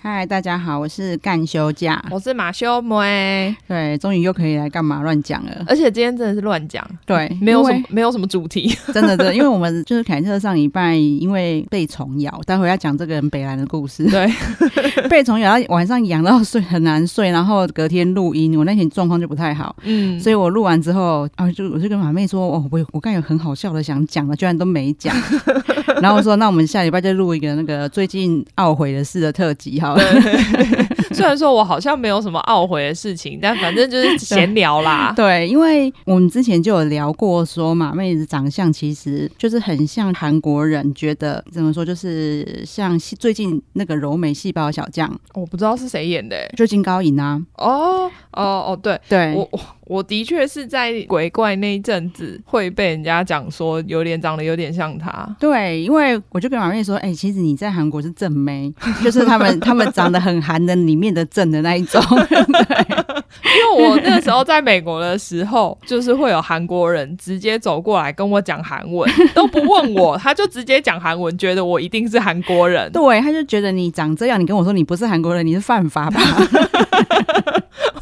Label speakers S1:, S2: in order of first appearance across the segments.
S1: 嗨，大家好，我是干休假。
S2: 我是马修梅，
S1: 对，终于又可以来干嘛乱讲了。
S2: 而且今天真的是乱讲，
S1: 对，
S2: 呃没有什
S1: 因
S2: 么没有什么主题，
S1: 为真的 真的，因为我们就是凯特上礼拜因为被虫咬，待会要讲这个人北兰的故 事。
S2: 对，
S1: 被虫咬，到晚上痒到睡很难睡，然后隔天录音，我那天状况就不太好，
S2: 嗯，
S1: 所以我录完之后啊，就我就跟马妹说，哦，我有我刚有很好笑的想讲的，居然都没 讲。然后我说，那我们下礼拜就录一个那个最近懊悔的事的特辑好了。
S2: 虽然说我好像没有什么懊悔的事情，但反正就是闲聊啦。
S1: 对，因为我们之前就有聊过，说马妹的长相其实就是很像韩国人，觉得怎么说，就是像细最近那个柔美细胞小将
S2: 我不知道是谁演的、欸
S1: 就金高银啊，
S2: 哦哦哦，对
S1: 对，
S2: 我我我的确是在鬼怪那一阵子会被人家讲说有点长得有点像他，
S1: 对，因为我就跟马妹说，哎、其实你在韩国是正妹，就是他们他们长得很韩的里面的正的那一种，
S2: 因为我那时候在美国的时候，就是会有韩国人直接走过来跟我讲韩文，都不问我，他就直接讲韩文，觉得我一定是韩国人。
S1: 对，他就觉得你长这样，你跟我说你不是韩国人，你是犯法吧？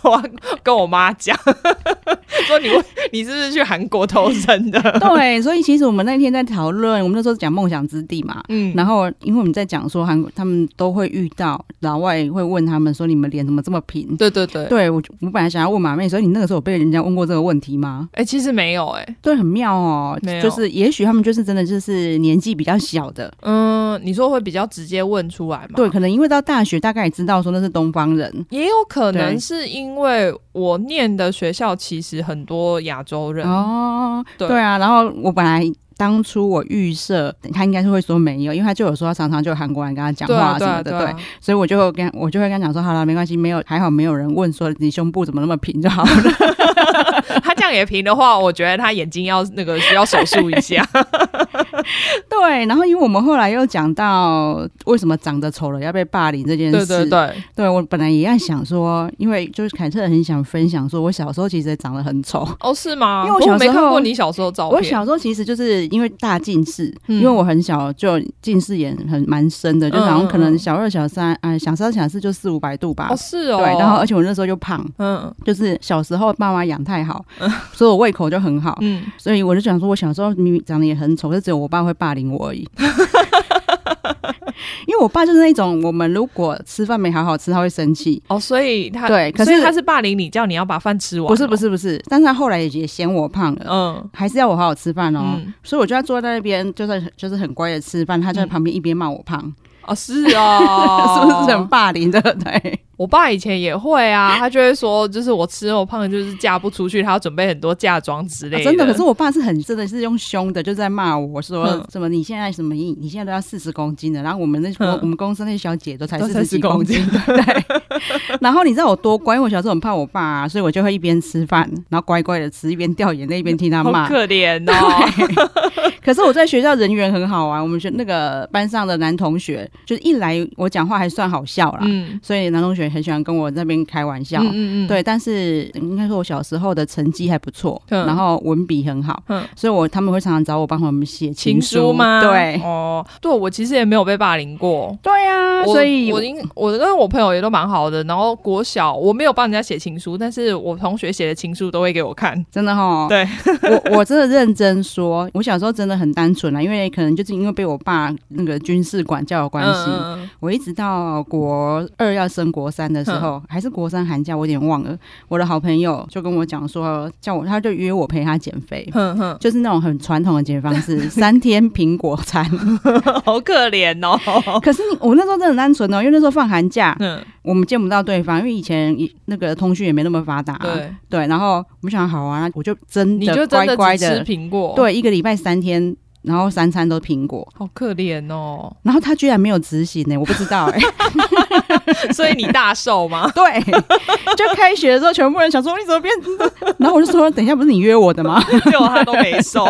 S2: 我要跟我妈讲， 说你为你是不是去韩国投生的？
S1: 对，所以其实我们那天在讨论，我们那时候讲梦想之地嘛，
S2: 嗯，
S1: 然后，因为我们在讲说韩国，他们都会遇到老外会问他们说：“你们脸怎么这么平
S2: 对对？”对。
S1: 对我就，我本来想要问马妹，所以你那个时候有被人家问过这个问题吗？
S2: 哎、其实没有哎、
S1: 对，很妙哦
S2: 没，有
S1: 就是也许他们就是真的就是年纪比较小的，
S2: 嗯，你说会比较直接问出来吗？
S1: 对，，可能因为到大学大概也知道说那是东方人，
S2: 也有可能
S1: 对
S2: 是因为我念的学校其实很多亚洲人，
S1: 哦，
S2: 对
S1: 对啊，然后我本来。当初我预设他应该是会说没有，因为他就有说他常常就有韩国人跟他讲
S2: 对啊
S1: 话
S2: 对
S1: 什
S2: 啊
S1: 么的，
S2: 对啊，
S1: 所以我就跟我就会跟他讲说，好了，没关系，没有还好没有人问说你胸部怎么那么平就好了。
S2: 他这样也平的话，我觉得他眼睛要那个需要手术 一下。
S1: 对，然后因为我们后来又讲到为什么长得丑了要被霸凌这件
S2: 对
S1: 事，
S2: 对对，
S1: 对我本来也在想说，因为就是凯特很想分享说，我小时候其实也长得很丑。
S2: 哦是吗？
S1: 因为我
S2: 不过
S1: 小时
S2: 没看
S1: 候
S2: 过你小时候的照片，
S1: 我小时候其实就是因为大近视，
S2: 嗯
S1: 因为我很小就近视眼很蛮深的，就好
S2: 嗯嗯
S1: 像可能
S2: 嗯
S1: 小二、小三，哎、小三、小四就四五百度吧。
S2: 哦是哦，
S1: 对，然后而且我那时候就胖，
S2: 嗯
S1: 就是小时候爸妈养太好，所以我胃口就很好，
S2: 嗯，
S1: 所以我就想说，我小时候明明长得也很丑，就只有我爸会霸凌我而已。 因为我爸就是那种，我们如果吃饭没好好吃，他会生气。
S2: 哦所以他
S1: 对可
S2: 所以
S1: 是
S2: 他是哦霸凌你，叫你要把饭吃完、
S1: 不是不，是哦不是，但是他后来也嫌我胖了，
S2: 嗯
S1: 还是要我好好吃饭哦。
S2: 嗯，
S1: 所以我就要坐在那边，就是就是很乖的吃饭，他就在旁边一边骂我胖，
S2: 哦是 哦，
S1: 是不是很霸凌的？对，
S2: 我爸以前也会啊，他就会说，就是我吃肉胖，就是嫁不出去，他要准备很多嫁妆之类
S1: 啊
S2: 的。
S1: 真的。可是我爸是很真的是用凶的，就在骂我说
S2: 嗯
S1: 什么你现在什么你你现在都要四十公斤了，然后我们那
S2: 嗯
S1: 我们公司那些小姐都才
S2: 都
S1: 四十几
S2: 40
S1: 公
S2: 公
S1: 斤，对。 然后你知道我多乖，因为我小时候很怕我爸、啊，所以我就会一边吃饭，然后乖乖的吃，一边掉眼泪，一边听他
S2: 好
S1: 骂。
S2: 可怜
S1: 啊
S2: 哦，
S1: 可是我在学校人缘很好啊，我们学那个班上的男同学，就是一来我讲话还算好笑啦，
S2: 嗯，
S1: 所以男同学很喜欢跟我那边开玩笑。
S2: 嗯嗯嗯，
S1: 对，但是应该说，我小时候的成绩还不错，
S2: 嗯
S1: 然后文笔很好，
S2: 嗯
S1: 所以我他们会常常找我帮他们写
S2: 情
S1: 书
S2: 书吗？
S1: 对，
S2: 哦，对我其实也没有被霸凌过，
S1: 对啊，
S2: 我
S1: 所以
S2: 我应我跟我朋友也都蛮好的。然后国小我没有帮人家写情书，但是我同学写的情书都会给我看。
S1: 真的哈，
S2: 对
S1: 我我真的认真说，我小时候真的很单纯啊，因为可能就是因为被我爸那个军事管教有关系，
S2: 嗯嗯
S1: 我一直到国二要升国三的时候，还是国三寒假，我有点忘了。我的好朋友就跟我讲说，叫我，他就约我陪他减肥，
S2: 嗯哼
S1: 就是那种很传统的减肥方 式，三天苹果餐。
S2: 哼， 好可怜哦。
S1: 可是我那时候真的很单纯哦，因为那时候放寒假，
S2: 嗯，
S1: 我们见不到对方，因为以前一那个通讯也没那么发达、啊
S2: 对，
S1: 对然后我们想好啊，我就真
S2: 你
S1: 的
S2: 就真
S1: 乖
S2: 的
S1: 乖
S2: 只
S1: 的，
S2: 吃苹果，，
S1: 对，一个礼拜三天。然后三餐都苹果，
S2: 好可怜哦。
S1: 然后他居然没有执行呢、我不知道哎、
S2: 所以你大瘦吗？
S1: 对，就开学的时候，全部人想说你怎么变？ 然后我就说，等一下不是你约我的吗？
S2: 结果他都没瘦。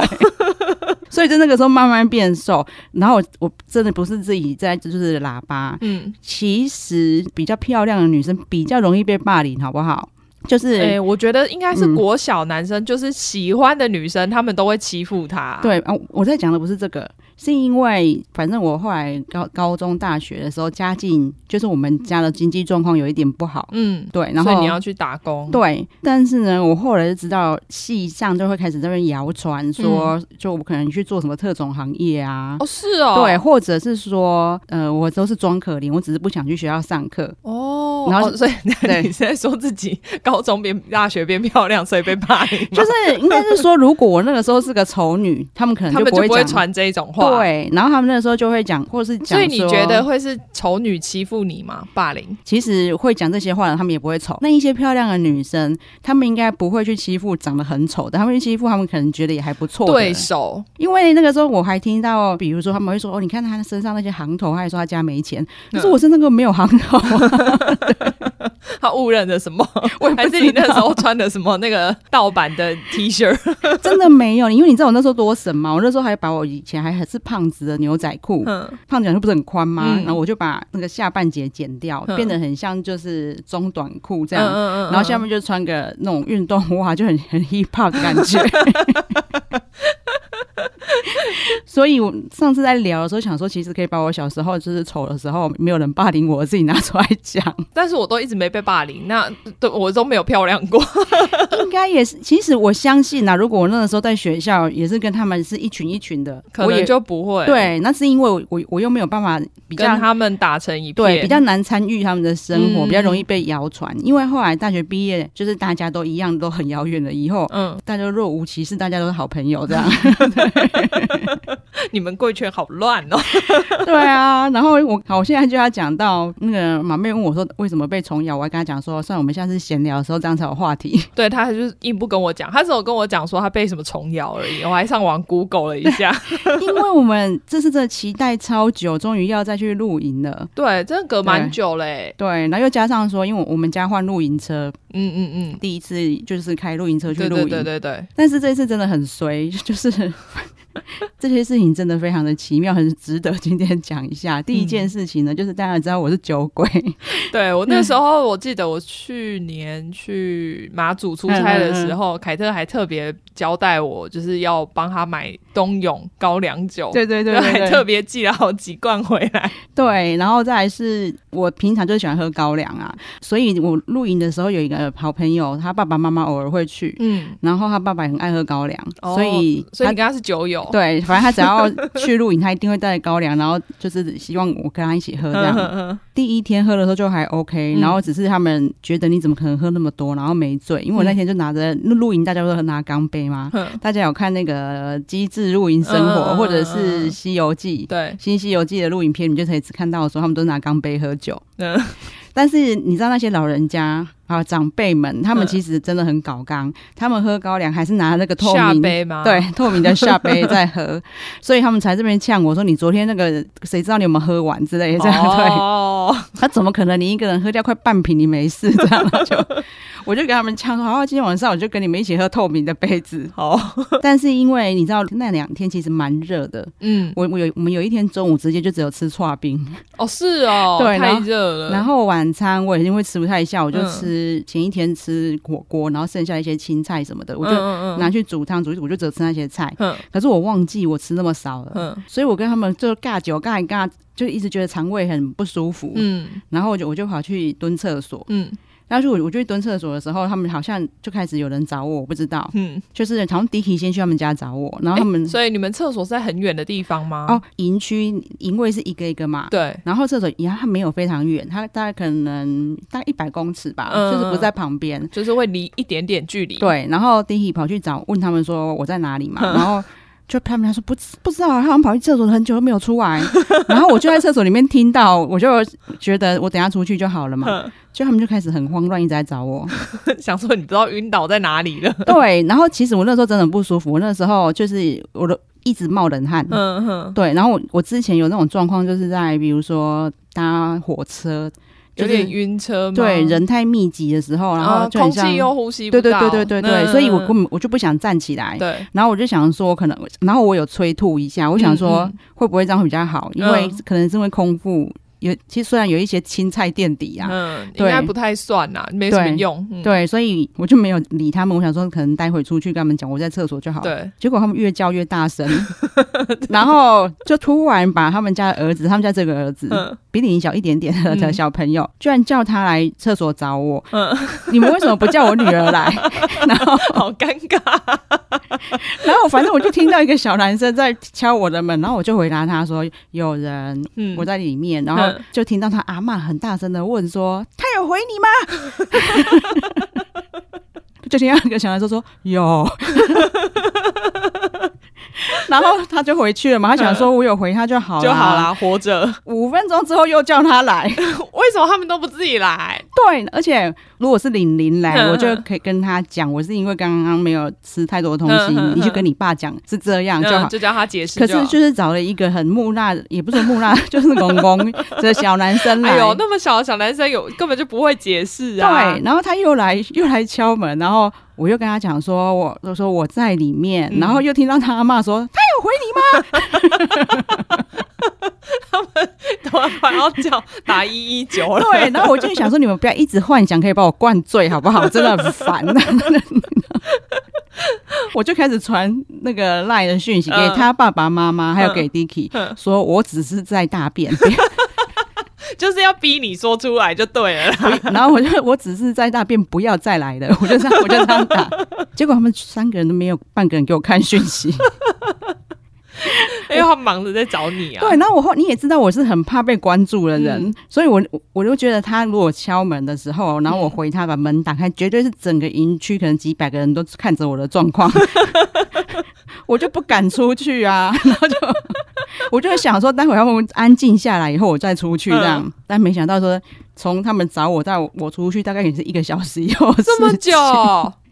S1: 所以就那个时候慢慢变瘦。然后我我真的不是自己在，就是喇叭。
S2: 嗯，
S1: 其实比较漂亮的女生比较容易被霸凌，好不好？就是、
S2: 哎、我觉得应该是国小男生，就是喜欢的女生，他们都会欺负他。，
S1: 对啊，我在讲的不是这个，是因为反正我后来高高中、大学的时候，家境就是我们家的经济状况有一点不好，
S2: 嗯，
S1: 对，然
S2: 所以
S1: 后
S2: 你要去打工，
S1: 对，但是呢，我后来就知道系上就会开始在那边谣传说，就我可能去做什么特种行业啊。
S2: 嗯哦，是哦，
S1: 对，，或者是说，呃，我都是装可怜，我只是不想去学校上 课。
S2: 哦，
S1: 然后
S2: 哦所以
S1: 对
S2: 你是在说自己高中变大学变漂亮，所以被霸凌吗，
S1: 就是应该是说，如果我那个时候是个丑女，他们可能
S2: 他们
S1: 不
S2: 就
S1: 会
S2: 不会
S1: 讲。
S2: 传这种 话，。
S1: 对，然后他们那个时候就会讲，或者是讲
S2: 所
S1: 说，
S2: 以你觉得会是丑女欺负你吗？霸凌？
S1: 其实会讲这些话的，他们也不会丑。那一些漂亮的女生，她们应该不会去欺负长得很丑的，她们去欺负她们可能觉得也还不错的。
S2: 对手，
S1: 因为那个时候我还听到，比如说他们会说：“哦，你看他身上那些行头，他还说他家没钱。”
S2: 嗯
S1: 可是我身上根本没有行头、
S2: 他误认了什么？
S1: 我也不
S2: 还是你
S1: 知
S2: 那时
S1: 道
S2: 候穿的什么那个盗版的 T 恤？
S1: 真的没有。因为你知道我那时候多省嘛，我那时候还把我以前还还是胖子的牛仔裤，
S2: 嗯，
S1: 胖子牛仔裤不是很宽吗？
S2: 嗯
S1: 然后我就把那个下半截剪掉，
S2: 嗯
S1: 变得很像就是中短裤 这
S2: 这
S1: 样。
S2: 嗯
S1: 然后下面就穿个那种运动袜，就很 很 hip hop 的感觉。 所以我上次在聊的时候，想说其实可以把我小时候就是丑的时候没有人霸凌我，自己拿出来讲，
S2: 但是我都一直没被霸凌，那对我都没有漂亮过。
S1: 应该也是。其实我相信啊，如果我那个时候在学校也是跟他们是一群一群的，
S2: 可
S1: 我
S2: 能
S1: 也
S2: 就不会
S1: 对，那是因为我我我又没有办法比较
S2: 跟他们打成一片，
S1: 对，比较难参与他们的生活，
S2: 嗯
S1: 比较容易被谣传。因为后来大学毕业，就是大家都一样，都很遥远了。以后
S2: 嗯，
S1: 大家若无其事，大家都是好朋友这 样。
S2: 你们贵圈好乱哦。
S1: 对啊，然后我好，我现在就要讲到那个马妹问我说为什么被虫咬，我还跟她讲说，算了，我们下次闲聊的时候这样才有话 题。
S2: 对他就是硬不跟我讲，他只有跟我讲说他被什么虫咬而已，我 还上网 Google 了一下。
S1: 因为我们这次真的期待超久，终于要再去露营了。
S2: 对，真的隔蛮久嘞。
S1: 对，然后又加上说，因为我们家换露营车，
S2: 嗯嗯
S1: 第一次就是开露营车
S2: 嗯，
S1: 去
S2: 对
S1: 露营，
S2: 对对对对，
S1: 但是这次真的很衰， 就是这些事情真的非常的奇妙，很值得今天讲一下。第一件事情呢，就是大家知道我是酒鬼，
S2: 嗯 对我那时候我记得我去年去马祖出差的时
S1: 嗯
S2: 候，凯特还特别交代我，就是要帮他买东涌高粱酒。
S1: 对对对
S2: 哦还
S1: 对
S2: 特
S1: 对
S2: 别寄了好几罐回来，
S1: 对，然后再来是我平常就喜欢喝高粱啊，所以我露营的时候有一个好朋友，他爸爸妈妈偶尔会去，
S2: 嗯，
S1: 然后他爸爸也很爱喝高粱，
S2: 哦
S1: 所以
S2: 所以
S1: 他
S2: 你。跟他是酒友，
S1: 对，反正他只要去露营，他一定会带高粱，然后就是希望我跟他一起喝这样。
S2: 嗯，
S1: 第一天喝的时候就还 OK，、
S2: 嗯
S1: 然后只是他们觉得你怎么可能喝那么多，然后没醉，因为我那天就拿着露营，大家不是拿钢杯吗？
S2: 嗯
S1: 大家有看那个《机智露营生活》
S2: 嗯嗯嗯
S1: 或者是《西游记》
S2: 对，
S1: 新《西游记》的录影片，你就可以只看到说他们都拿钢杯喝酒。
S2: 嗯，
S1: 但是你知道那些老人家啊长辈们，他们
S2: 嗯
S1: 其实真的很搞刚，他们喝高粱还是拿那个透
S2: 下
S1: 明
S2: 杯啊吗？
S1: 对，，透明的下杯在喝， 所以他们才这边呛我说：“你昨天那个谁知道你有没有喝完之类的。”这样、对，
S2: 哦，
S1: 他怎么可能？你一个人喝掉快半瓶，你没事 这样？他就我就跟他们呛说，哦好，今天晚上我就跟你们一起喝透明的杯子。
S2: 好，
S1: 但是因为你知道那两天其实蛮热的，
S2: 嗯，
S1: 我我有我们有一天中午直接就只有吃串冰，
S2: 哦，是哦，
S1: 对然
S2: 太
S1: 后
S2: 热了，
S1: 然后晚餐我也因为吃不太下，我就
S2: 嗯
S1: 吃、前一天吃火锅，然后剩下一些青菜什么的，我就
S2: 嗯
S1: 拿去煮汤煮一煮，我就只有吃那些菜。
S2: 嗯
S1: 可是我忘记我吃那么少了，
S2: 嗯
S1: 所以我跟他们就尬酒尬一尬，就一直觉得肠胃很不舒服。
S2: 嗯
S1: 然后我就我就跑去蹲厕所。
S2: 嗯
S1: 然后就我我就去蹲厕所的时候，他们好像就开始有人找我，我不知道，
S2: 嗯，
S1: 就是好像迪奇先去他们家找我，然后他们、
S2: 诶哎所以你们厕所是在很远的地方吗？
S1: 哦，营区营位是一个一个嘛。
S2: 对，
S1: 然后厕所，呀，它没有非常远，它大概可能大概一百公尺吧，
S2: 嗯
S1: 就是不在旁边。
S2: 就是会离一点点距离，，
S1: 对，然后 d i k 跑去找，问他们说我在哪里嘛，然后就他们家说不知不知道啊，他好像跑去厕所很久都没有出来， 然后我就在厕所里面听到，我就觉得我等一下出去就好了 嘛，
S2: 嗯
S1: 就他们就开始很慌乱，一直在找我。
S2: 想说你不知道晕倒在哪里 了，
S1: 对，然后其实我那时候真的很不舒服，我那时候就是我的一直冒冷汗。
S2: 嗯哼，
S1: 对，然后我我之前有那种状况，就是在比如说搭火车，就
S2: 有
S1: 是
S2: 点晕车吗？
S1: 对人太密集的时候，然后
S2: 啊，
S1: 就很
S2: 嗯空
S1: 像，
S2: 气又呼吸不
S1: 对对
S2: 到，
S1: 对对对对，
S2: 嗯
S1: 所以我根本我就不想站起来。
S2: 对。
S1: 然后我就想说，可能，然后我有催吐一下，我想说
S2: 嗯
S1: 会不会这样会比较好，因为
S2: 嗯
S1: 可能是因为空腹有其实虽然有一些青菜垫底啊，
S2: 嗯，应
S1: 对
S2: 该不太算啦，没什么
S1: 对
S2: 用。嗯
S1: 对，所以我就没有理他们。我想说，可能待会出去跟他们讲，我在厕所就好了。
S2: 对，
S1: 结果他们越叫越大 声，然后就突然把他们家的儿子，他们家这个儿子、
S2: 嗯
S1: 比你小一点点的
S2: 嗯
S1: 小朋友，居然叫他来厕所找我。
S2: 嗯，
S1: 你们为什么不叫我女儿来？ 然后，
S2: 好尴尬。
S1: 然后反正我就听到一个小男生在敲我的门，然后我就回答他说有人。
S2: 嗯
S1: 我在里面，然后
S2: 嗯
S1: 就听到他阿嬷很大声的问说：“他有回你吗？” 就听到一个小男生说：“ 有。”然后他就回去了嘛，他想说：“我有回他就好
S2: 嗯就好
S1: 了。
S2: 啦，活着。”
S1: 五分钟之后又叫他来，
S2: 为什么他们都不自己来？
S1: 对，而且如果是玲玲来，
S2: 嗯
S1: 我就可以跟他讲，我是因为刚刚没有吃太多东西，
S2: 嗯嗯
S1: 你去
S2: 嗯
S1: 跟你爸讲是这样就好
S2: 嗯，。就叫他解释
S1: 可
S2: 好。
S1: 是就是找了一个很木讷，也不是木讷， 就是公公的小男生来，
S2: 哎呦，那么小的小男生有根本就不会解释啊。
S1: 对，，然后他又来又来敲门，然后我又跟他讲说，我我说我在里面，
S2: 嗯
S1: 然后又听到他阿妈说他有回你吗？
S2: 突然要叫打一一九了。
S1: 对，然后我就想说你们不要一直幻想可以把我灌醉好不好？真的很 烦。我就开始传那个赖的讯息给
S2: 嗯
S1: 他爸爸妈妈，还有
S2: 嗯
S1: 给 Dicky，、
S2: 嗯
S1: 说我只是在大便，
S2: 就是要逼你说出来就对了啦。
S1: 然后我就我只是在大便，不要再来了，我就这样我就这样 打。结果他们三个人都没有半个人给我看讯息。
S2: 因为他忙着在找你啊。
S1: 对，然后我后你也知道我是很怕被关注的人，
S2: 嗯
S1: 所以我我我就觉得他如果敲门的时候，然后我回他把门打开，绝对是整个营区可能几百个人都看着我的状况， 我就不敢出去啊，然后就。我就想说，待会他们安静下来以后，我再出去这样。
S2: 嗯
S1: 但没想到说，从他们找我到我出去，大概也是一个小时以后。
S2: 这么久，，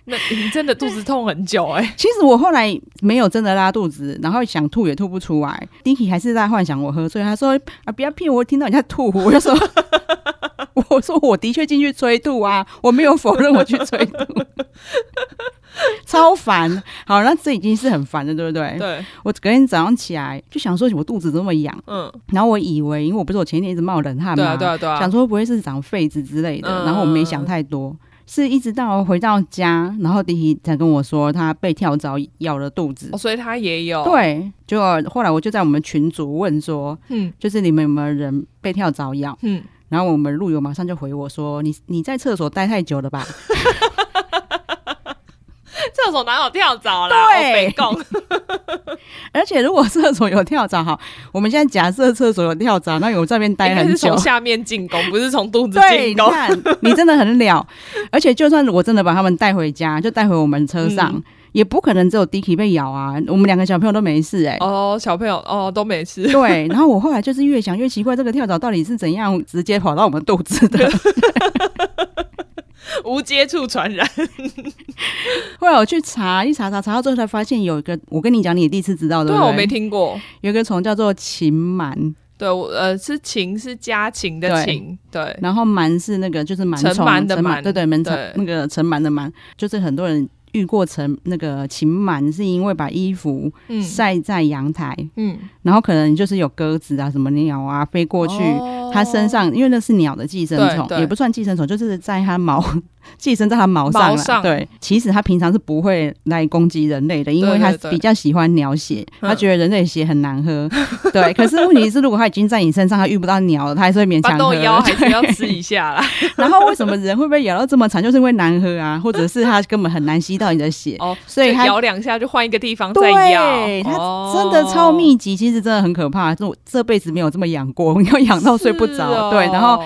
S2: 那你真的肚子痛很久哎、
S1: 其实我后来没有真的拉肚子，然后想吐也吐不出来。Dicky 还是在幻想我喝醉，他说啊不要骗我，听到你在吐， 我就说我说我的确进去催吐啊，我没有否认我去催吐， 超烦。好，那这已经是很烦了，对不对？
S2: 对，
S1: 我隔天早上起来就想说我肚子这么痒，
S2: 嗯，
S1: 然后我以为因为我不是我前一天一直冒冷汗
S2: 对
S1: 嘛，
S2: 啊，对啊，对
S1: 嗯
S2: 啊
S1: 想。说会不会是长痱子之类的，
S2: 嗯
S1: 然后我没想太多，是一直到回到家，然后弟弟才跟我说他被跳蚤咬了肚子。
S2: 哦，所以他也有，，
S1: 对，就后来我就在我们群组问说，
S2: 嗯
S1: 就是你们有没有人被跳蚤咬？
S2: 嗯，
S1: 然后我们路友马上就回我说，你你在厕所待太久了吧？
S2: 厕所哪有跳蚤啦？
S1: 对
S2: 我北贡
S1: 而且如果厕所有跳蚤，好，我们现在假设厕所有跳蚤，那我在那边 待
S2: 应该
S1: 很
S2: 是
S1: 久
S2: 从，下面进攻，不是从肚子
S1: 对，
S2: 进
S1: 你
S2: 攻。
S1: 看，你真的很了。而且，就算我真的把他们带回家，就带回我们车上，
S2: 嗯
S1: 也不可能只有 Dicky 被咬啊。我们两个小朋友都没事哎、
S2: 哦，小朋友，哦，都没事。
S1: 对，然后我后来就是越想越奇怪，这个跳蚤到底是怎样直接跑到我们肚子 的？
S2: 无接触传染。
S1: 后来我去查一查查查到最后才发现有一个，我跟你讲，你也第一次知道对
S2: 对
S1: 不
S2: 啊，
S1: 对？
S2: 我没听过。
S1: 有一个虫叫做禽螨，
S2: 对，我呃是禽是家禽的
S1: 对
S2: 禽，对，
S1: 然后螨是那个就是螨虫，
S2: 尘螨的
S1: 尘
S2: 螨
S1: 对对，螨虫
S2: 对
S1: 那个尘螨的螨，就是很多人遇过尘那个禽螨，是因为把衣服
S2: 嗯
S1: 晒在阳台。
S2: 嗯，
S1: 然后可能就是有鸽子啊、什么鸟啊飞过去，
S2: 哦
S1: 它身上因为那是鸟的寄生虫
S2: 对，对
S1: 也不算寄生虫，就是在它毛寄生在它毛上
S2: 毛
S1: 了。
S2: 上
S1: 对，其实它平常是不会来攻击人类的，因为它
S2: 对嗯对
S1: 比较喜欢鸟血，
S2: 嗯
S1: 它觉得人类血很难喝。 对，可是问题是，如果它已经在你身上，它遇不到鸟了，它还是会勉
S2: 巴
S1: 强
S2: 豆
S1: 喝。
S2: 腰还是要
S1: 对
S2: 吃一下啦。
S1: 然后为什么人会被咬到这么惨，就是因为难喝啊，或者是它根本很难吸到你的血，
S2: 哦，
S1: 所以
S2: 就
S1: 它
S2: 咬两下就换一个地方再
S1: 对，
S2: 咬，
S1: 它
S2: 哦
S1: 真的超密集，其实真的很可怕。就我这辈子没有这么痒过， 我要痒到睡不着。
S2: 是哦
S1: 对，然后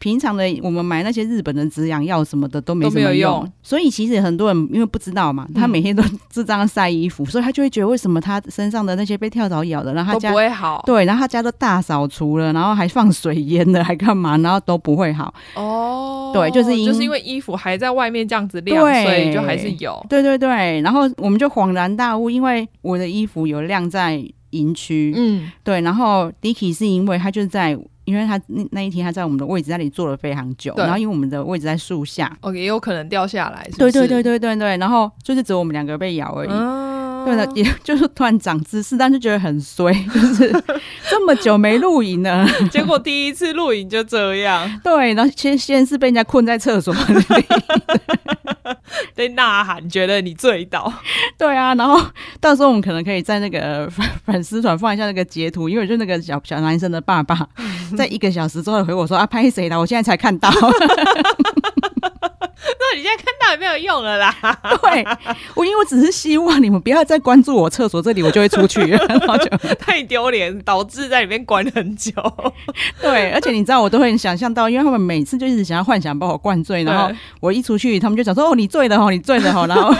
S1: 平常的我们买那些日本的止痒药什么的都没什么
S2: 都没有用
S1: 所以其实很多人因为不知道嘛，他每天都是这样晒衣
S2: 嗯
S1: 服，所以他就会觉得为什么他身上的那些被跳蚤咬的，然后他
S2: 都
S1: 家
S2: 不会好
S1: 对，然后他家都大扫除了，然后还放水淹了，还干嘛，然后都不会好。
S2: 哦。
S1: 对就是因
S2: 就是因为衣服还在外面这样子晾，
S1: 对
S2: 所以就还是有。
S1: 对对对，然后我们就恍然大悟，因为我的衣服有晾在营区，
S2: 嗯，
S1: 对，然后 Dicky 是因为他就是在，因为他那那一天他在我们的位置那里坐了非常久，
S2: 对
S1: 然后因为我们的位置在树下，
S2: 哦，也有可能掉下来。是不
S1: 对
S2: 是
S1: 对对，对对对，然后就是只有我们两个被咬而已。
S2: 嗯，啊
S1: 对的，也 就是突然长知识，但是觉得很衰， 就是这么久没露营了，
S2: 结果第一次露营就这样，
S1: 对，然后先先是被人家困在厕所 里，
S2: 被呐喊，觉得你醉倒。
S1: 对啊，然后到时候我们可能可以在那个粉粉丝团放一下那个截图，因为就那个小小男生的爸爸，
S2: 嗯
S1: 在一个小时之后回我说啊，拍谁啦？我现在才看到，
S2: 那你现在看到也没有用了啦。
S1: 对我，因为我只是希望你们不要再关注我厕所这里，我就会出去，然后就
S2: 太丢脸，导致在里面关很久。
S1: 对，而且你知道，我都会想象到，因为他们每次就一直想要幻想把我灌醉，然后
S2: 对
S1: 我一出去，他们就讲说：“哦，你醉了哦，你醉了哦。”然后，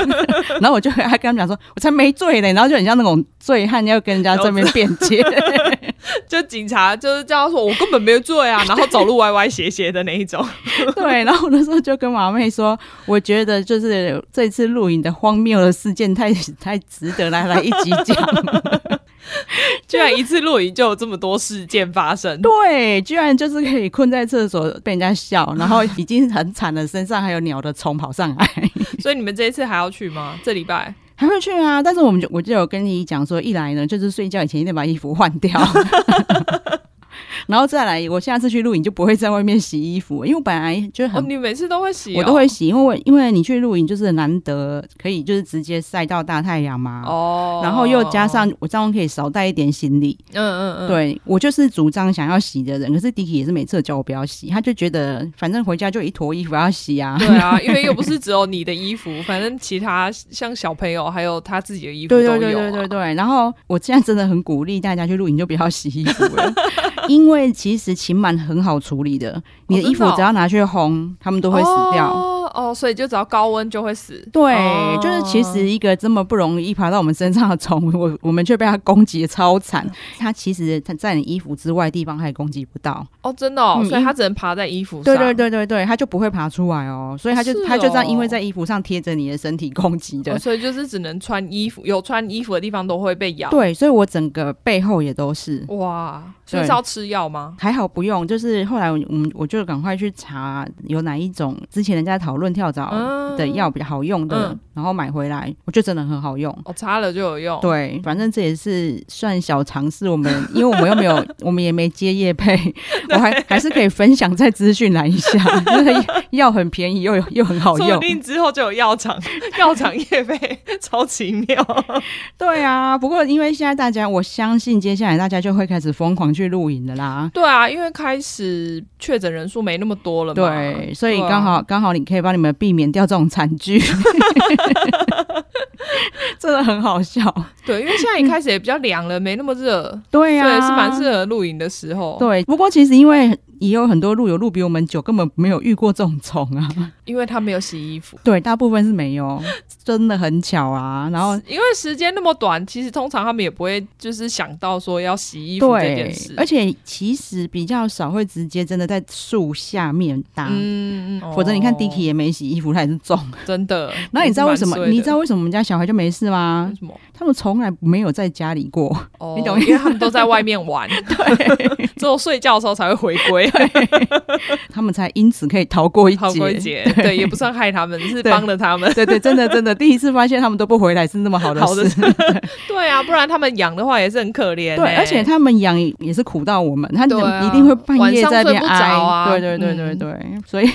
S1: 然后我就还跟他们讲说：“我才没醉嘞。”然后就很像那种醉汉要跟人家这边辩解，
S2: 就警察就是这样说，我根本没有醉啊，然后走路歪歪斜斜的那一种。
S1: 对。然后我那时候就跟马妹说：“我觉得就是这次露营的荒谬的事件太太值得来来一集讲。
S2: 居然一次露营就有这么多事件发生，
S1: 对，居然就是可以困在厕所被人家笑，然后已经很惨了，身上还有鸟的虫跑上来。”
S2: 所以你们这一次还要去吗？这礼拜
S1: 还会去啊，但是我们就我就有跟你讲说，一来呢就是睡觉以前一定把衣服换掉， 然后再来，我下次去露营就不会在外面洗衣服，因为我本来就
S2: 哦，
S1: 很、
S2: 你每次都会洗哦、
S1: 我都会洗，因为我因为你去露营就是难得可以就是直接晒到大太阳嘛，
S2: 哦，
S1: 然后又加上我这样可以少带一点行李，
S2: 嗯嗯嗯，
S1: 对我就是主张想要洗的人，可是迪迪也是每次都叫我不要洗，他就觉得反正回家就有一坨衣服要洗啊，
S2: 对啊，因为又不是只有你的衣服，反正其他像小朋友还有他自己的衣服都
S1: 对
S2: 有、啊。
S1: 对对对对对。然后我现在真的很鼓励大家去露营就不要洗衣服了，因为其实禽螨很好处理的，你的衣
S2: 真
S1: 服
S2: 的哦
S1: 只要拿去烘，它们都会死掉。
S2: 哦哦，所以就只要高温就会死。
S1: 对，
S2: 哦
S1: 就是其实一个这么不容易爬到我们身上的虫，我我们却被它攻击得超惨。它其实它在你衣服之外的地方它也攻击不到。
S2: 哦，真的、哦，
S1: 嗯
S2: 所以它只能爬在衣服上。
S1: 对对对对对，它就不会爬出来哦，所以它就、
S2: 是
S1: 它就这样，
S2: 哦
S1: 因为在衣服上贴着你的身体攻击的
S2: 哦。所以就是只能穿衣服，有穿衣服的地方都会被咬。
S1: 对，所以我整个背后也都是。
S2: 哇，
S1: 对
S2: 所以是要吃药吗？
S1: 还好不用，就是后来我我们我就赶快去查有哪一种之前人家讨论跳蚤
S2: 嗯
S1: 的药比较好用的，
S2: 嗯
S1: 然后买回来，我就真的很好用。
S2: 哦，擦了就有用。
S1: 对，反正这也是算小尝试。我们因为我们又没有，我们也没接业 配，我还还是可以分享在资讯栏一下， 因为药很便宜又有又很好
S2: 说
S1: 用
S2: 不。定之后就有药厂，药厂业费 超奇妙。
S1: 对啊，不过因为现在大家，我相信接下来大家就会开始疯狂去露营的啦。
S2: 对啊，因为开始确诊人数没那么多了嘛。
S1: 对，所以
S2: 对啊
S1: 刚好刚好你可以帮你们避免掉这种惨剧， 真的很好笑。
S2: 对，因为现在一开始也比较凉了，没那么热，
S1: 对呀、
S2: 嗯对，是啊蛮适合露营的时候。，
S1: 对，不过其实因为也有很多路友路比我们久，根本没有遇过这种虫啊。
S2: 因为他没有洗衣服。
S1: 对，大部分是没有，真的很巧啊。然后
S2: 因为时间那么短，其实通常他们也不会就是想到说要洗衣服这件
S1: 对
S2: 事，。
S1: 而且其实比较少会直接真的在树下面搭。
S2: 嗯，嗯
S1: 否则你看 Dicky
S2: 哦
S1: 也没洗衣服，他也是中。
S2: 真的。
S1: 然后你知道为什么？
S2: 也是蛮衰的嗯
S1: 你知道为什么我们家小孩就没事吗
S2: 为？什么？
S1: 他们从来没有在家里过。
S2: 哦，
S1: 你懂
S2: 因为他们都在外面 玩， 对，只有睡觉的时候才会回归，
S1: 他们才因此可以逃过一
S2: 逃过一
S1: 劫。
S2: 劫。对，也不算害他们，是帮了他们。
S1: 对对，真的真的，第一次发现他们都不回来是那么好的
S2: 好的
S1: 事。
S2: 对啊，不然他们养的话也是很可怜 欸。
S1: 对，而且他们养也是苦到我们，他
S2: 对啊
S1: 一定会半夜在那边
S2: 晚上睡不
S1: 哀。
S2: 着啊
S1: 对对对对
S2: 嗯
S1: 对，所以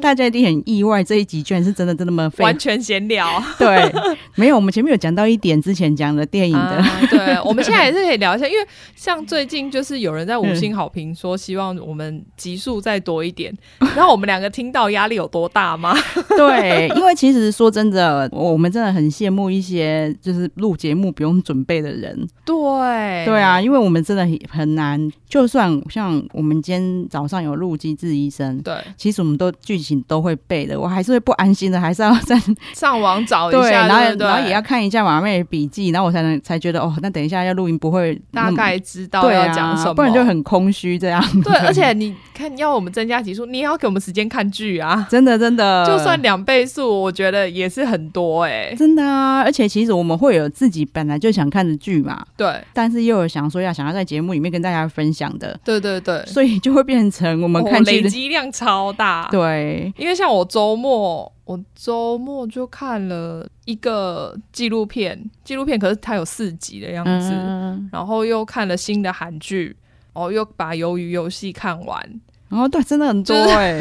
S1: 大家一定很意外，这一集居然是真的真的那么废
S2: 完。全闲聊。
S1: 对，没有，我们前面有讲到一点，之前讲的电影的。
S2: 啊。对，我们现在也是可以聊一下，因为像最近就是有人在五
S1: 嗯
S2: 星好评说希望我们集数再多一点， 然后我们两个听到压力有多大吗？
S1: 对，因为其实说真的，我我们真的很羡慕一些就是录节目不用准备的人。
S2: 对
S1: 对啊，，因为我们真的很很难，就算像我们今天早上有录《机智医生》，
S2: 对，
S1: 其实我们都剧情都会背的，我还是会不安心的，还是要再
S2: 上网找哦一
S1: 对，
S2: 下，
S1: 然后
S2: 对不对
S1: 然后也要看一下马妹的笔记，然后我才能才觉得哦，那等一下要录音不会那
S2: 大
S1: 么
S2: 概知道
S1: 对
S2: 要
S1: 啊，
S2: 讲什么，
S1: 不然就很空虚这样。
S2: 对。而且你看，要我们增加集数，你也要给我们时间看剧啊。
S1: 真的真 的，
S2: 就算两倍速，我觉得也是很多哎、
S1: 真的啊，而且其实我们会有自己本来就想看的剧嘛，
S2: 对
S1: 但是又有想说要想要在节目里面跟大家分享的，
S2: 对对对，
S1: 所以就会变成我们
S2: 哦
S1: 看剧
S2: 累
S1: 的、
S2: 积量超大。
S1: 对。
S2: 因为像我周末，我周末就看了一个纪录片，纪录片可是它有四集的样子，
S1: 嗯，
S2: 然后又看了新的韩剧，哦，又把《鱿鱼游戏》看完。
S1: 然后对，真的很多
S2: 就是
S1: 哎、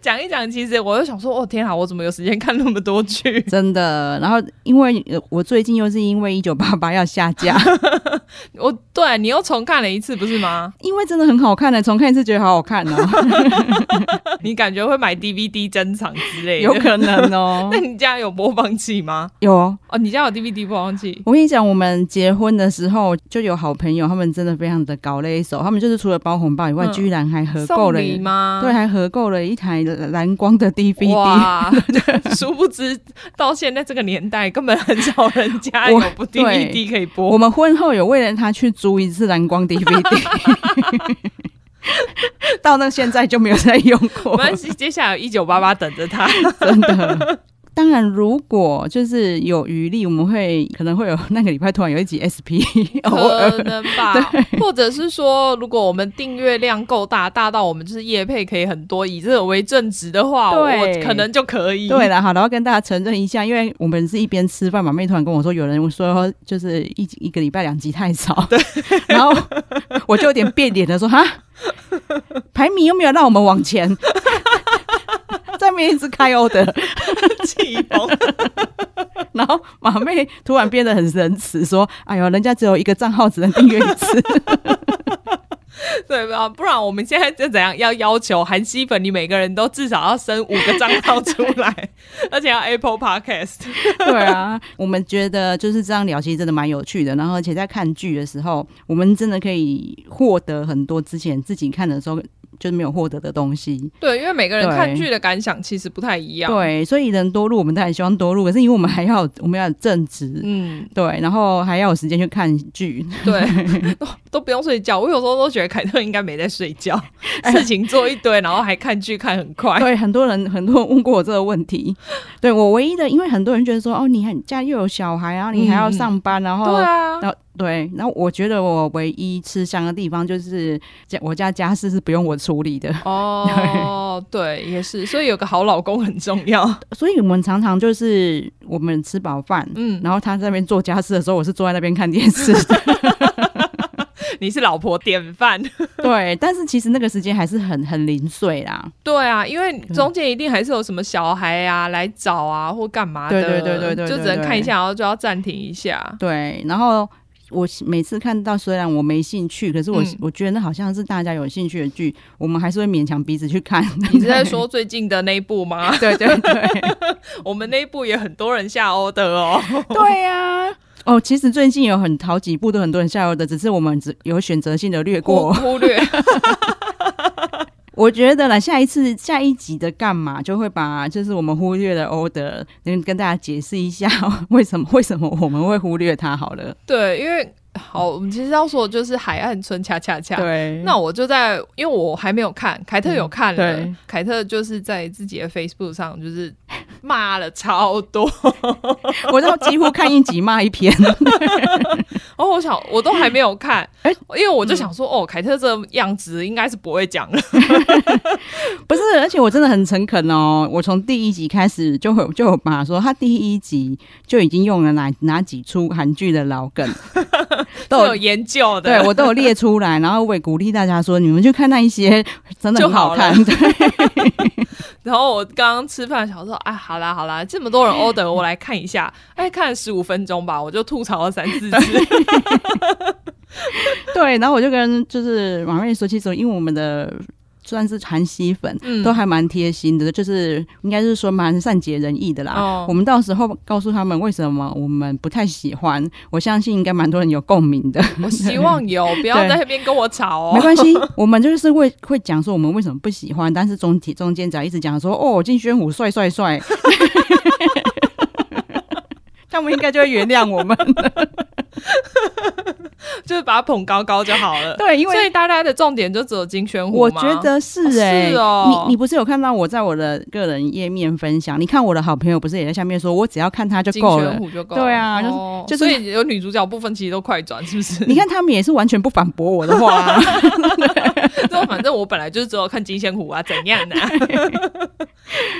S2: 讲一讲，其实我就想说，哦天啊，我怎么有时间看那么多剧？
S1: 真的。然后因为呃我最近又是因为一九八八要下 架，
S2: 我对你又重看了一次，不是吗？
S1: 因为真的很好看欸的、重看一次觉得好好看 哦，
S2: 你感觉会买 DVD 珍藏之类
S1: 有
S2: 的？
S1: 可能 哦
S2: 那。你家有播放器吗？
S1: 有哦，
S2: 哦，你家有 DVD 播放器？
S1: 我跟你讲，我们结婚的时候就有好朋友，他们真的非常的搞了一手，他们就是除了包红包以外，
S2: 嗯
S1: 居然还合购
S2: 送
S1: 了。
S2: 礼吗？
S1: 对，还合购了一台蓝光的 DVD，
S2: 哇，啊 殊不知到现在这个年代，根本很少人家有
S1: 我
S2: 不
S1: 对
S2: DVD 可以播。
S1: 我们婚后有为了他去租一次蓝光 DVD，到那现在就没有再用过
S2: 我。们接下来一九八八等着 他。
S1: 真的。当然，如果就是有余力，我们会可能会有那个礼拜突然有一集 SP，偶
S2: 可
S1: 尔
S2: 能吧，或者是说，如果我们订阅量够大，大到我们就是业配可以很多，以这个为正职的话，我
S1: 对
S2: 可能就可以。
S1: 对了，好，然后跟大家承认一下，因为我们是一边吃饭嘛，妹突然跟我说，有人说就是一集一个礼拜两集太少，对， 然后我就有点变脸的说，哈，排名又没有让我们往前， 在面一直开欧的，
S2: 气疯，
S1: 然后马妹突然变得很仁慈，说，哎呦，人家只有一个账号，只能订阅一次，
S2: 对吧？不然我们现在就怎样？要要求韩西粉，你每个人都至少要生五个账号出 来，而且要 Apple Podcast。
S1: 对啊，我们觉得就是这样聊，其实真的蛮有趣的。然后，而且在看剧的时候，我们真的可以获得很多之前自己看的时候就是没有获得的东西。
S2: 对，因为每个人
S1: 对
S2: 看剧的感想其实不太一样。，
S1: 对，所以人多录，我们当然希望多录，可是因为我们还要有我们要有正职。
S2: 嗯，
S1: 对，然后还要有时间去看剧，
S2: 对，都都不用睡觉。我有时候都觉得凯特应该没在睡觉，事情做一堆，然后还看剧看很快。
S1: 哎对，很多人 很多人问过我这个问题，对我唯一的，因为很多人觉得说，哦，你很家又有小孩，然后你还要
S2: 嗯
S1: 上班，然后
S2: 对啊，
S1: 然后对，然后我觉得我唯一吃香的地方就是家我家家事是不用我处理的，
S2: 哦，对，也是，所以有个好老公很重要。
S1: 所以我们常常就是我们吃饱饭。
S2: 嗯，
S1: 然后他在那边做家事的时候，我是坐在那边看电 视的。
S2: 你是老婆典范。
S1: 对，但是其实那个时间还是很很零碎啦。
S2: 对啊，因为
S1: 嗯
S2: 中间一定还是有什么小孩啊来找啊或干嘛的，
S1: 对对对对对对
S2: 就只能看一下，然后就要暂停 一下。
S1: 对，然后我每次看到，虽然我没兴趣，可是我、
S2: 嗯
S1: 我觉得那好像是大家有兴趣的剧，我们还是会勉强彼此去看。
S2: 你是 在说最近的那一部吗？
S1: 对对对
S2: 我们那一部也很多人下欧的哦。
S1: 对呀、 哦，其实最近有很好几部都很多人下游的，只是我们只有选择性的略
S2: 忽
S1: 过。
S2: 忽略，
S1: 我觉得啦，下一次下一集的干嘛就会把就是我们忽略的 order 能跟大家解释一下 为什么为什么我们会忽略它好了。
S2: 对，因为好，我们其实要说的就是海岸村恰恰恰。
S1: 对
S2: 啊那我就在，因为我还没有看，凯特有看了，
S1: 嗯对
S2: 凯特就是在自己的 Facebook 上就是骂了超多，
S1: 我都几乎看一集骂一篇。
S2: 然后我想我都还没有看，
S1: 哎
S2: 因为我就想说，哦，凯特这样子应该是不会 讲了，
S1: 不是，而且我真的很诚恳哦。我从第一集开始就有就有把说，他第一集就已经用了哪哪几出韩剧的老梗，都
S2: 都有
S1: 有
S2: 研究的，
S1: 对我都有列出来，然后我也鼓励大家说，你们去看那一些真的很好看。对
S2: 然后我刚刚吃饭想说，啊，好啦好啦，这么多 人 order，我来看一下，哎，看了十五分钟吧，我就吐槽了三 四次，
S1: 对，然后我就跟就是马瑞说，其实因为我们的。算是韩系粉，
S2: 嗯
S1: 都还蛮贴心的，就是应该是说蛮善解人意的啦。
S2: 哦
S1: 我们到时候告诉他们为什么我们不太喜欢，我相信应该蛮多人有共鸣的。
S2: 我希望 有，不要
S1: 对
S2: 在那边跟我吵
S1: 没
S2: 哦。
S1: 关系，我们就是会会讲说我们为什么不喜欢，但是中体中间只要一直讲说哦，金宣虎帅帅帅， 他们应该就会原谅我们。
S2: 就是把它捧高高就好了。
S1: 对因为
S2: 所以大家的重点就只有金宣虎
S1: 我
S2: 吗
S1: 觉得是
S2: 哦是
S1: 哎、
S2: 哦
S1: 你你不是有看到我在我的个人页面分享？你看我的好朋友不是也在下面说，我只要看他就
S2: 金
S1: 够
S2: 宣
S1: 了。
S2: 虎就够了。
S1: 对啊就是
S2: 哦
S1: 就是
S2: 所以有女主角部分其实都快转，是 不是？
S1: 你，看他们也是完全不反驳我的话、 啊，
S2: 啊就反正我本来就是只有看金宣虎啊，怎样呢、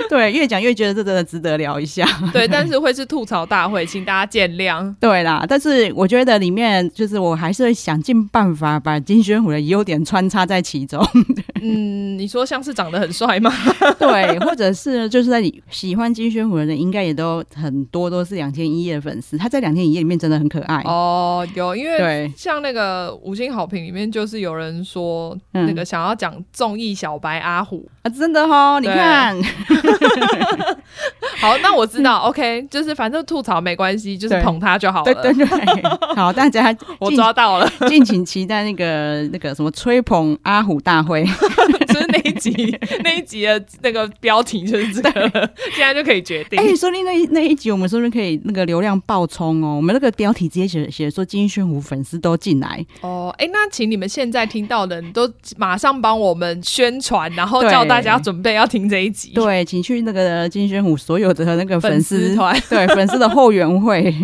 S1: 对，越讲越觉得这真的值得聊一下。
S2: 对，但是会是吐槽大会，请大家见谅。
S1: 对啦，但是我觉得里面就是我还是会想尽办法把金宣虎的优点穿插在其 中，
S2: 嗯，你说像是长得很帅吗？
S1: 对，或者是就是在你喜欢金宣虎的人，应该也都很多都是两天一夜的粉丝。他在两天一夜里面真的很可爱，
S2: 哦，有，因为
S1: 对，
S2: 像那个五星好评里面，就是有人说、
S1: 嗯
S2: 那个想要讲综艺小白阿虎。
S1: 啊，真的哦，你
S2: 对
S1: 看，
S2: 好，那我知道、o k 就是反正吐槽没关系，就是
S1: 对
S2: 捧他就好
S1: 对
S2: 了。
S1: 对对，好，大家
S2: 我
S1: 敬
S2: 抓到 了，
S1: 敬请期待那个那个什么吹捧阿虎大会，
S2: 就是那一 集那一集的那个标题就是这个，现在就可以决定。
S1: 哎、说不定那一那一集我们说不定可以那个流量爆冲哦，我们那个标题直接写写说金宣虎粉丝都进来，
S2: 哦，哎，那请你们现在听到的，你都马上帮我们宣传，然后
S1: 对
S2: 叫大家准备要听这一集。，
S1: 对，请去那个金宣虎所有的那个
S2: 粉丝
S1: 丝
S2: 团
S1: 对粉丝的后援会，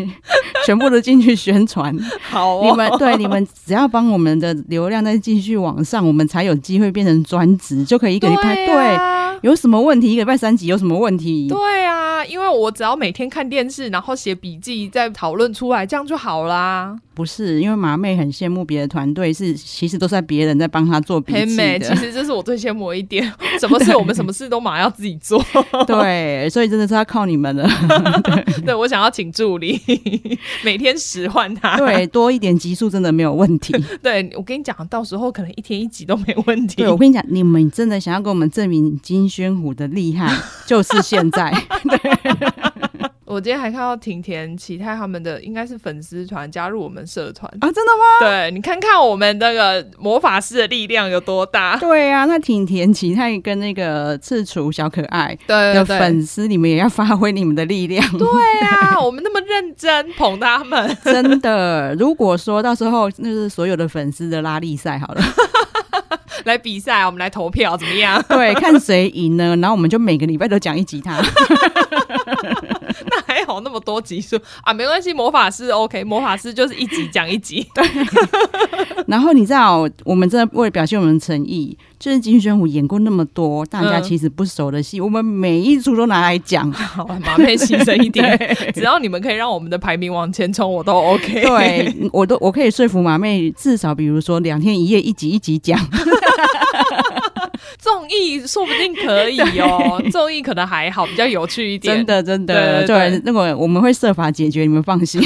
S1: 全部都进去宣传。
S2: 好哦，
S1: 你们对你们只要帮我们的流量再继续往上，我们才有机会变成专职，就可以一个礼拜
S2: 对啊
S1: 有什么问题一个礼拜三集有什么问题？
S2: 对啊，因为我只要每天看电视，然后写笔记，再讨论出来，这样就好啦。
S1: 不是因为马妹很羡慕别的团队，是其实都是在别人在帮她做笔
S2: 很
S1: 记
S2: 美，其
S1: 的。
S2: 实这是我最羡慕的一点。 什么事我们什么事都马上要自己 做。
S1: 对，所以真的是要靠你 们了。
S2: 对我想要请助理， 每天使唤他。
S1: 对，多一点集数真的没有问题。
S2: 对，我跟你讲，到时候可能一天一集都没问题
S1: 对，。我跟你讲，你们真的想要给我们证明金宣虎的厉害， 就是现 在。
S2: 啊我今天还看到挺田启泰他们的应该是粉丝团加入我们社团。
S1: 啊，真的吗？
S2: 对你看看我们那个魔法师的力量有多大。
S1: 对啊，那挺田奇泰跟那个赤楚小可爱
S2: 对
S1: 的
S2: 对对
S1: 粉丝，你们也要发挥你们的力量。
S2: 对啊，我们那么认真捧他们。
S1: 真的，如果说到时候那是所有的粉丝的拉力赛 好了，
S2: 来比赛，我们来投票怎么样？
S1: 对，看谁赢呢？然后我们就每个礼拜都讲一集他。
S2: 那还好那么多集数啊，没关系，魔法师 OK，魔法师就是一集讲 一集。
S1: 然后你知道，我们真的为了表现我们的诚意，就是金宣虎演过那么多大家
S2: 嗯
S1: 其实不熟的戏，我们每一出都拿来 讲。
S2: 好吧，麻妹牺牲 一点，只要你们可以让我们的排名往前冲，我都 OK。
S1: 对，我都我可以说服马妹，至少比如说两天一夜，一集一集讲。
S2: 综艺说不定可以 哦，综艺可能还好，比较有趣一点。
S1: 真，的，真的，
S2: 对对对
S1: 那个我们会设法解决，你们放 心。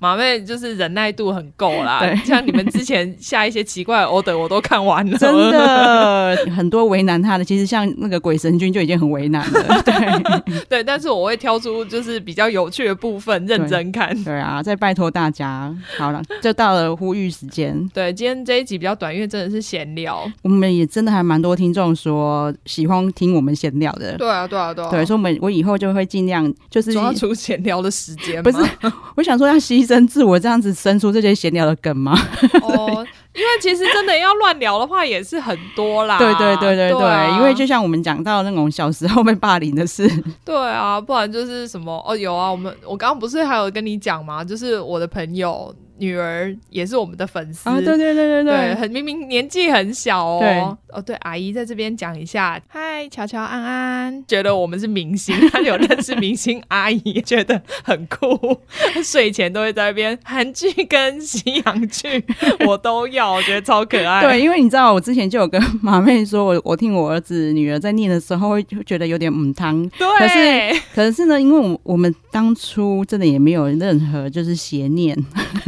S2: 马妹就是忍耐度很够啦
S1: 对。
S2: 像你们之前下一些奇怪的 order，我都看完了。
S1: 真，的，很多为难他的，其实像那个鬼神君就已经很为难 了。
S2: 对，但是我会挑出就是比较有趣的部分，认真看。
S1: 对啊，再拜托大家，好了，就到了呼吁时间。
S2: 对，今天这一集比较短，因为真的是闲聊。
S1: 我们也真的还蛮多听众说喜欢听我们闲聊的，
S2: 对啊，对啊，对啊。
S1: 对，所以我们我以后就会尽量就是
S2: 抓出闲聊的时间吗
S1: 不是 我想说要牺牲自我，这样子生出这些闲聊的梗吗？
S2: 哦，因为其实真的要乱聊的话也是很多啦。
S1: 对对对对对，
S2: 啊
S1: 因为就像我们讲到那种小时候被霸凌的事，
S2: 对啊，不然就是什么哦，有啊，我们我刚刚不是还有跟你讲吗？就是我的朋友女儿也是我们的粉丝。
S1: 啊，对对对对
S2: 对，
S1: 对，
S2: 很明明年纪很小哦。
S1: 对
S2: 哦，对，阿姨在这边讲一下，嗨，乔乔、安安，觉得我们是 明星，她有认识明星阿姨，觉得很酷。 睡前都会在那边韩剧跟西洋 剧，我都要，我觉得超可爱。
S1: 对，因为你知道，我之前就有跟 马妹说，我我听我儿子女儿在念的时候，会会觉得有点母汤。可
S2: 对，
S1: 可是呢，因为我们我们当初真的也没有任何就是邪念，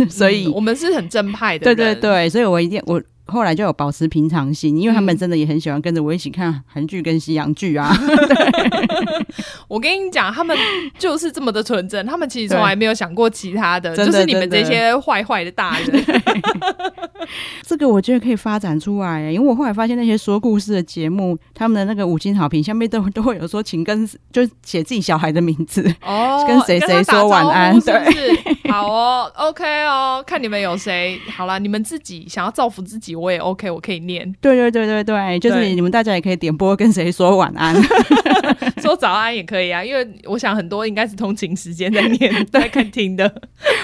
S1: 所以、
S2: 嗯我们是很正派的
S1: 对
S2: 人，
S1: 对对，所以我一定我。后来就有保持平常心，因为他们
S2: 嗯
S1: 真的也很喜欢跟着我一起看韩剧跟西洋剧啊。
S2: 我跟你讲，他们就是这么的纯真，他们其实从来没有想过其他的，
S1: 真
S2: 就
S1: 的
S2: 是你们这
S1: 真的
S2: 些坏坏的大人。
S1: 这个我觉得可以发展出来，欸因为我后来发现那些说故事的节目，他们的那个五星好评下面都 都会有说，请跟就是写自己小孩的名字，
S2: 哦
S1: 跟谁谁说晚安
S2: 跟他打招呼是不是？ 好哦，OK 哦，看你们有谁。好啦，你们自己想要造福自己，我也 OK，我可以 念
S1: 对对对对对，就是
S2: 对
S1: 你们大家也可以点播跟谁说晚安，
S2: 说早安也可以啊，因为我想很多应该是通勤时间在 念在看听的。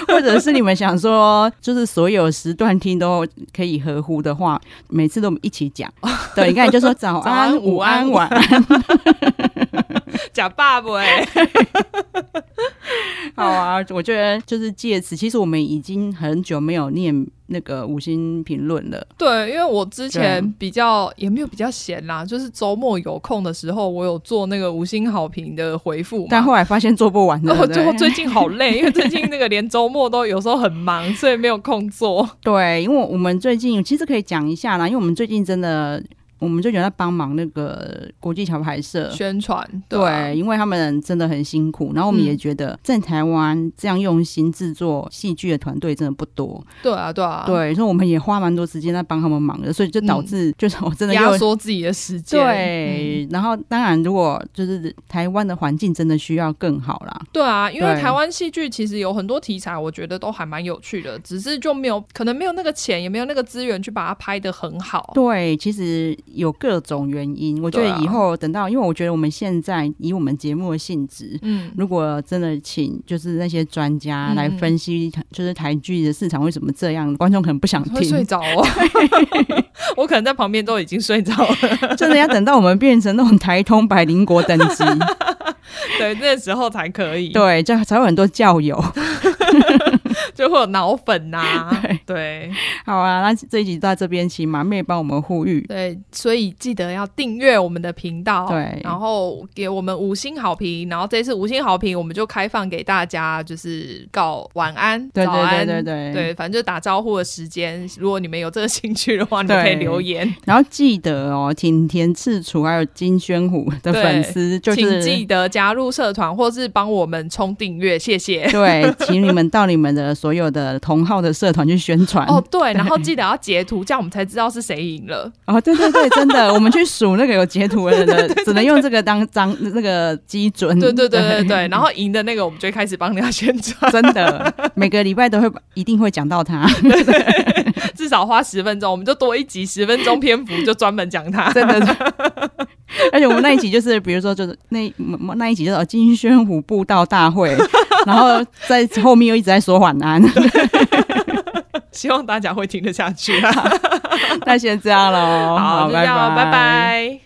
S1: 或者是你们想说就是所有时段听都可以合乎的话，每次都一起讲。对，你看你就说早
S2: 早安
S1: 安、午
S2: 午安
S1: 安、晚安。
S2: 假爸爸哎，
S1: 好啊，我觉得就是借此，其实我们已经很久没有念那个五星评论了。
S2: 对，因为我之前
S1: 对
S2: 比较也没有比较闲啦，就是周末有空的时候，我有做那个五星好评的回复嘛。
S1: 但后来发现做不完 的，
S2: 然后
S1: 对
S2: 最
S1: 不对
S2: 后哦最近好 累，因为最近那个连周末都有时候很忙，所以没有空做。
S1: 对，因为我们最近其实可以讲一下啦，因为我们最近真的，我们最近有在帮忙那个国际桥牌社。
S2: 宣传嗯对啊
S1: 对，因为他们真的很辛苦，然后我们
S2: 嗯
S1: 也觉得在台湾这样用心制作戏剧的团队真的不多，
S2: 对啊对啊，嗯
S1: 对，所以我们也花蛮多时间在帮他们忙的，所以就导致就是我真的
S2: 压
S1: 又
S2: 缩自己的时间。嗯
S1: 对，然后当然如果就是台湾的环境真的需要更好啦，
S2: 对啊，因为
S1: 对
S2: 台湾戏剧其实有很多题材，我觉得都还蛮有趣的，只是就没有可能没有那个钱，也没有那个资源去把它拍得很好。
S1: 对，其实有各种原因，我觉
S2: 哦对啊
S1: 得以后等到，因为我觉得我们现在以我们节目的性质。
S2: 嗯，
S1: 如果真的请就是那些专家
S2: 嗯
S1: 来分析，就是台剧的市场为什么这样，观众可能不想
S2: 会睡
S1: 听，
S2: 着哦， 我可能在旁边都已经睡着 了。
S1: 真的要等到我们变成那种台通百灵国等 级，
S2: 对，那时候才可以，
S1: 对，这样才有很多教友。
S2: 就会有脑粉呐、对
S1: 好啊，那这一集到这边，请马妹帮我们呼吁，
S2: 对，所以记得要订阅我们的频道，
S1: 对
S2: 然后给我们五星好评，然后这次五星好评我们就开放给大家，就是告晚安、
S1: 对
S2: 早安，
S1: 对对对对
S2: 对，反正就打招呼的时间，如果你们有这个 兴趣的话，你们可以
S1: 对
S2: 留言，
S1: 然后记得哦，挺田赤楚还有金宣虎的
S2: 对
S1: 粉丝就
S2: 请记
S1: 是。
S2: 得加入社团或是帮我们冲订阅，谢 谢。
S1: 对，请你们到你们的所有的同号的社团去宣传
S2: 哦，对，然后记得要截图，这样我们才知道是谁赢了。
S1: 哦，对对对，真的，我们去数那个有截图的人的，只能用这个当当那个基准。
S2: 对对对嗯对对，然后赢的那个我们就会开始帮人家 宣传，
S1: 真的，每个礼拜都会一定会讲到 他，
S2: 至少花十分钟，我们就多一集十分钟篇幅，就专门讲他。
S1: 真的。而且我们那一集就是，比如说就是那那一集就是哦金宣虎步道大会，然后在后面又一直在说晚安，
S2: 希望大家会听得下去啊。
S1: 那先这样喽，
S2: 好，就这样哦，拜
S1: 拜
S2: 拜。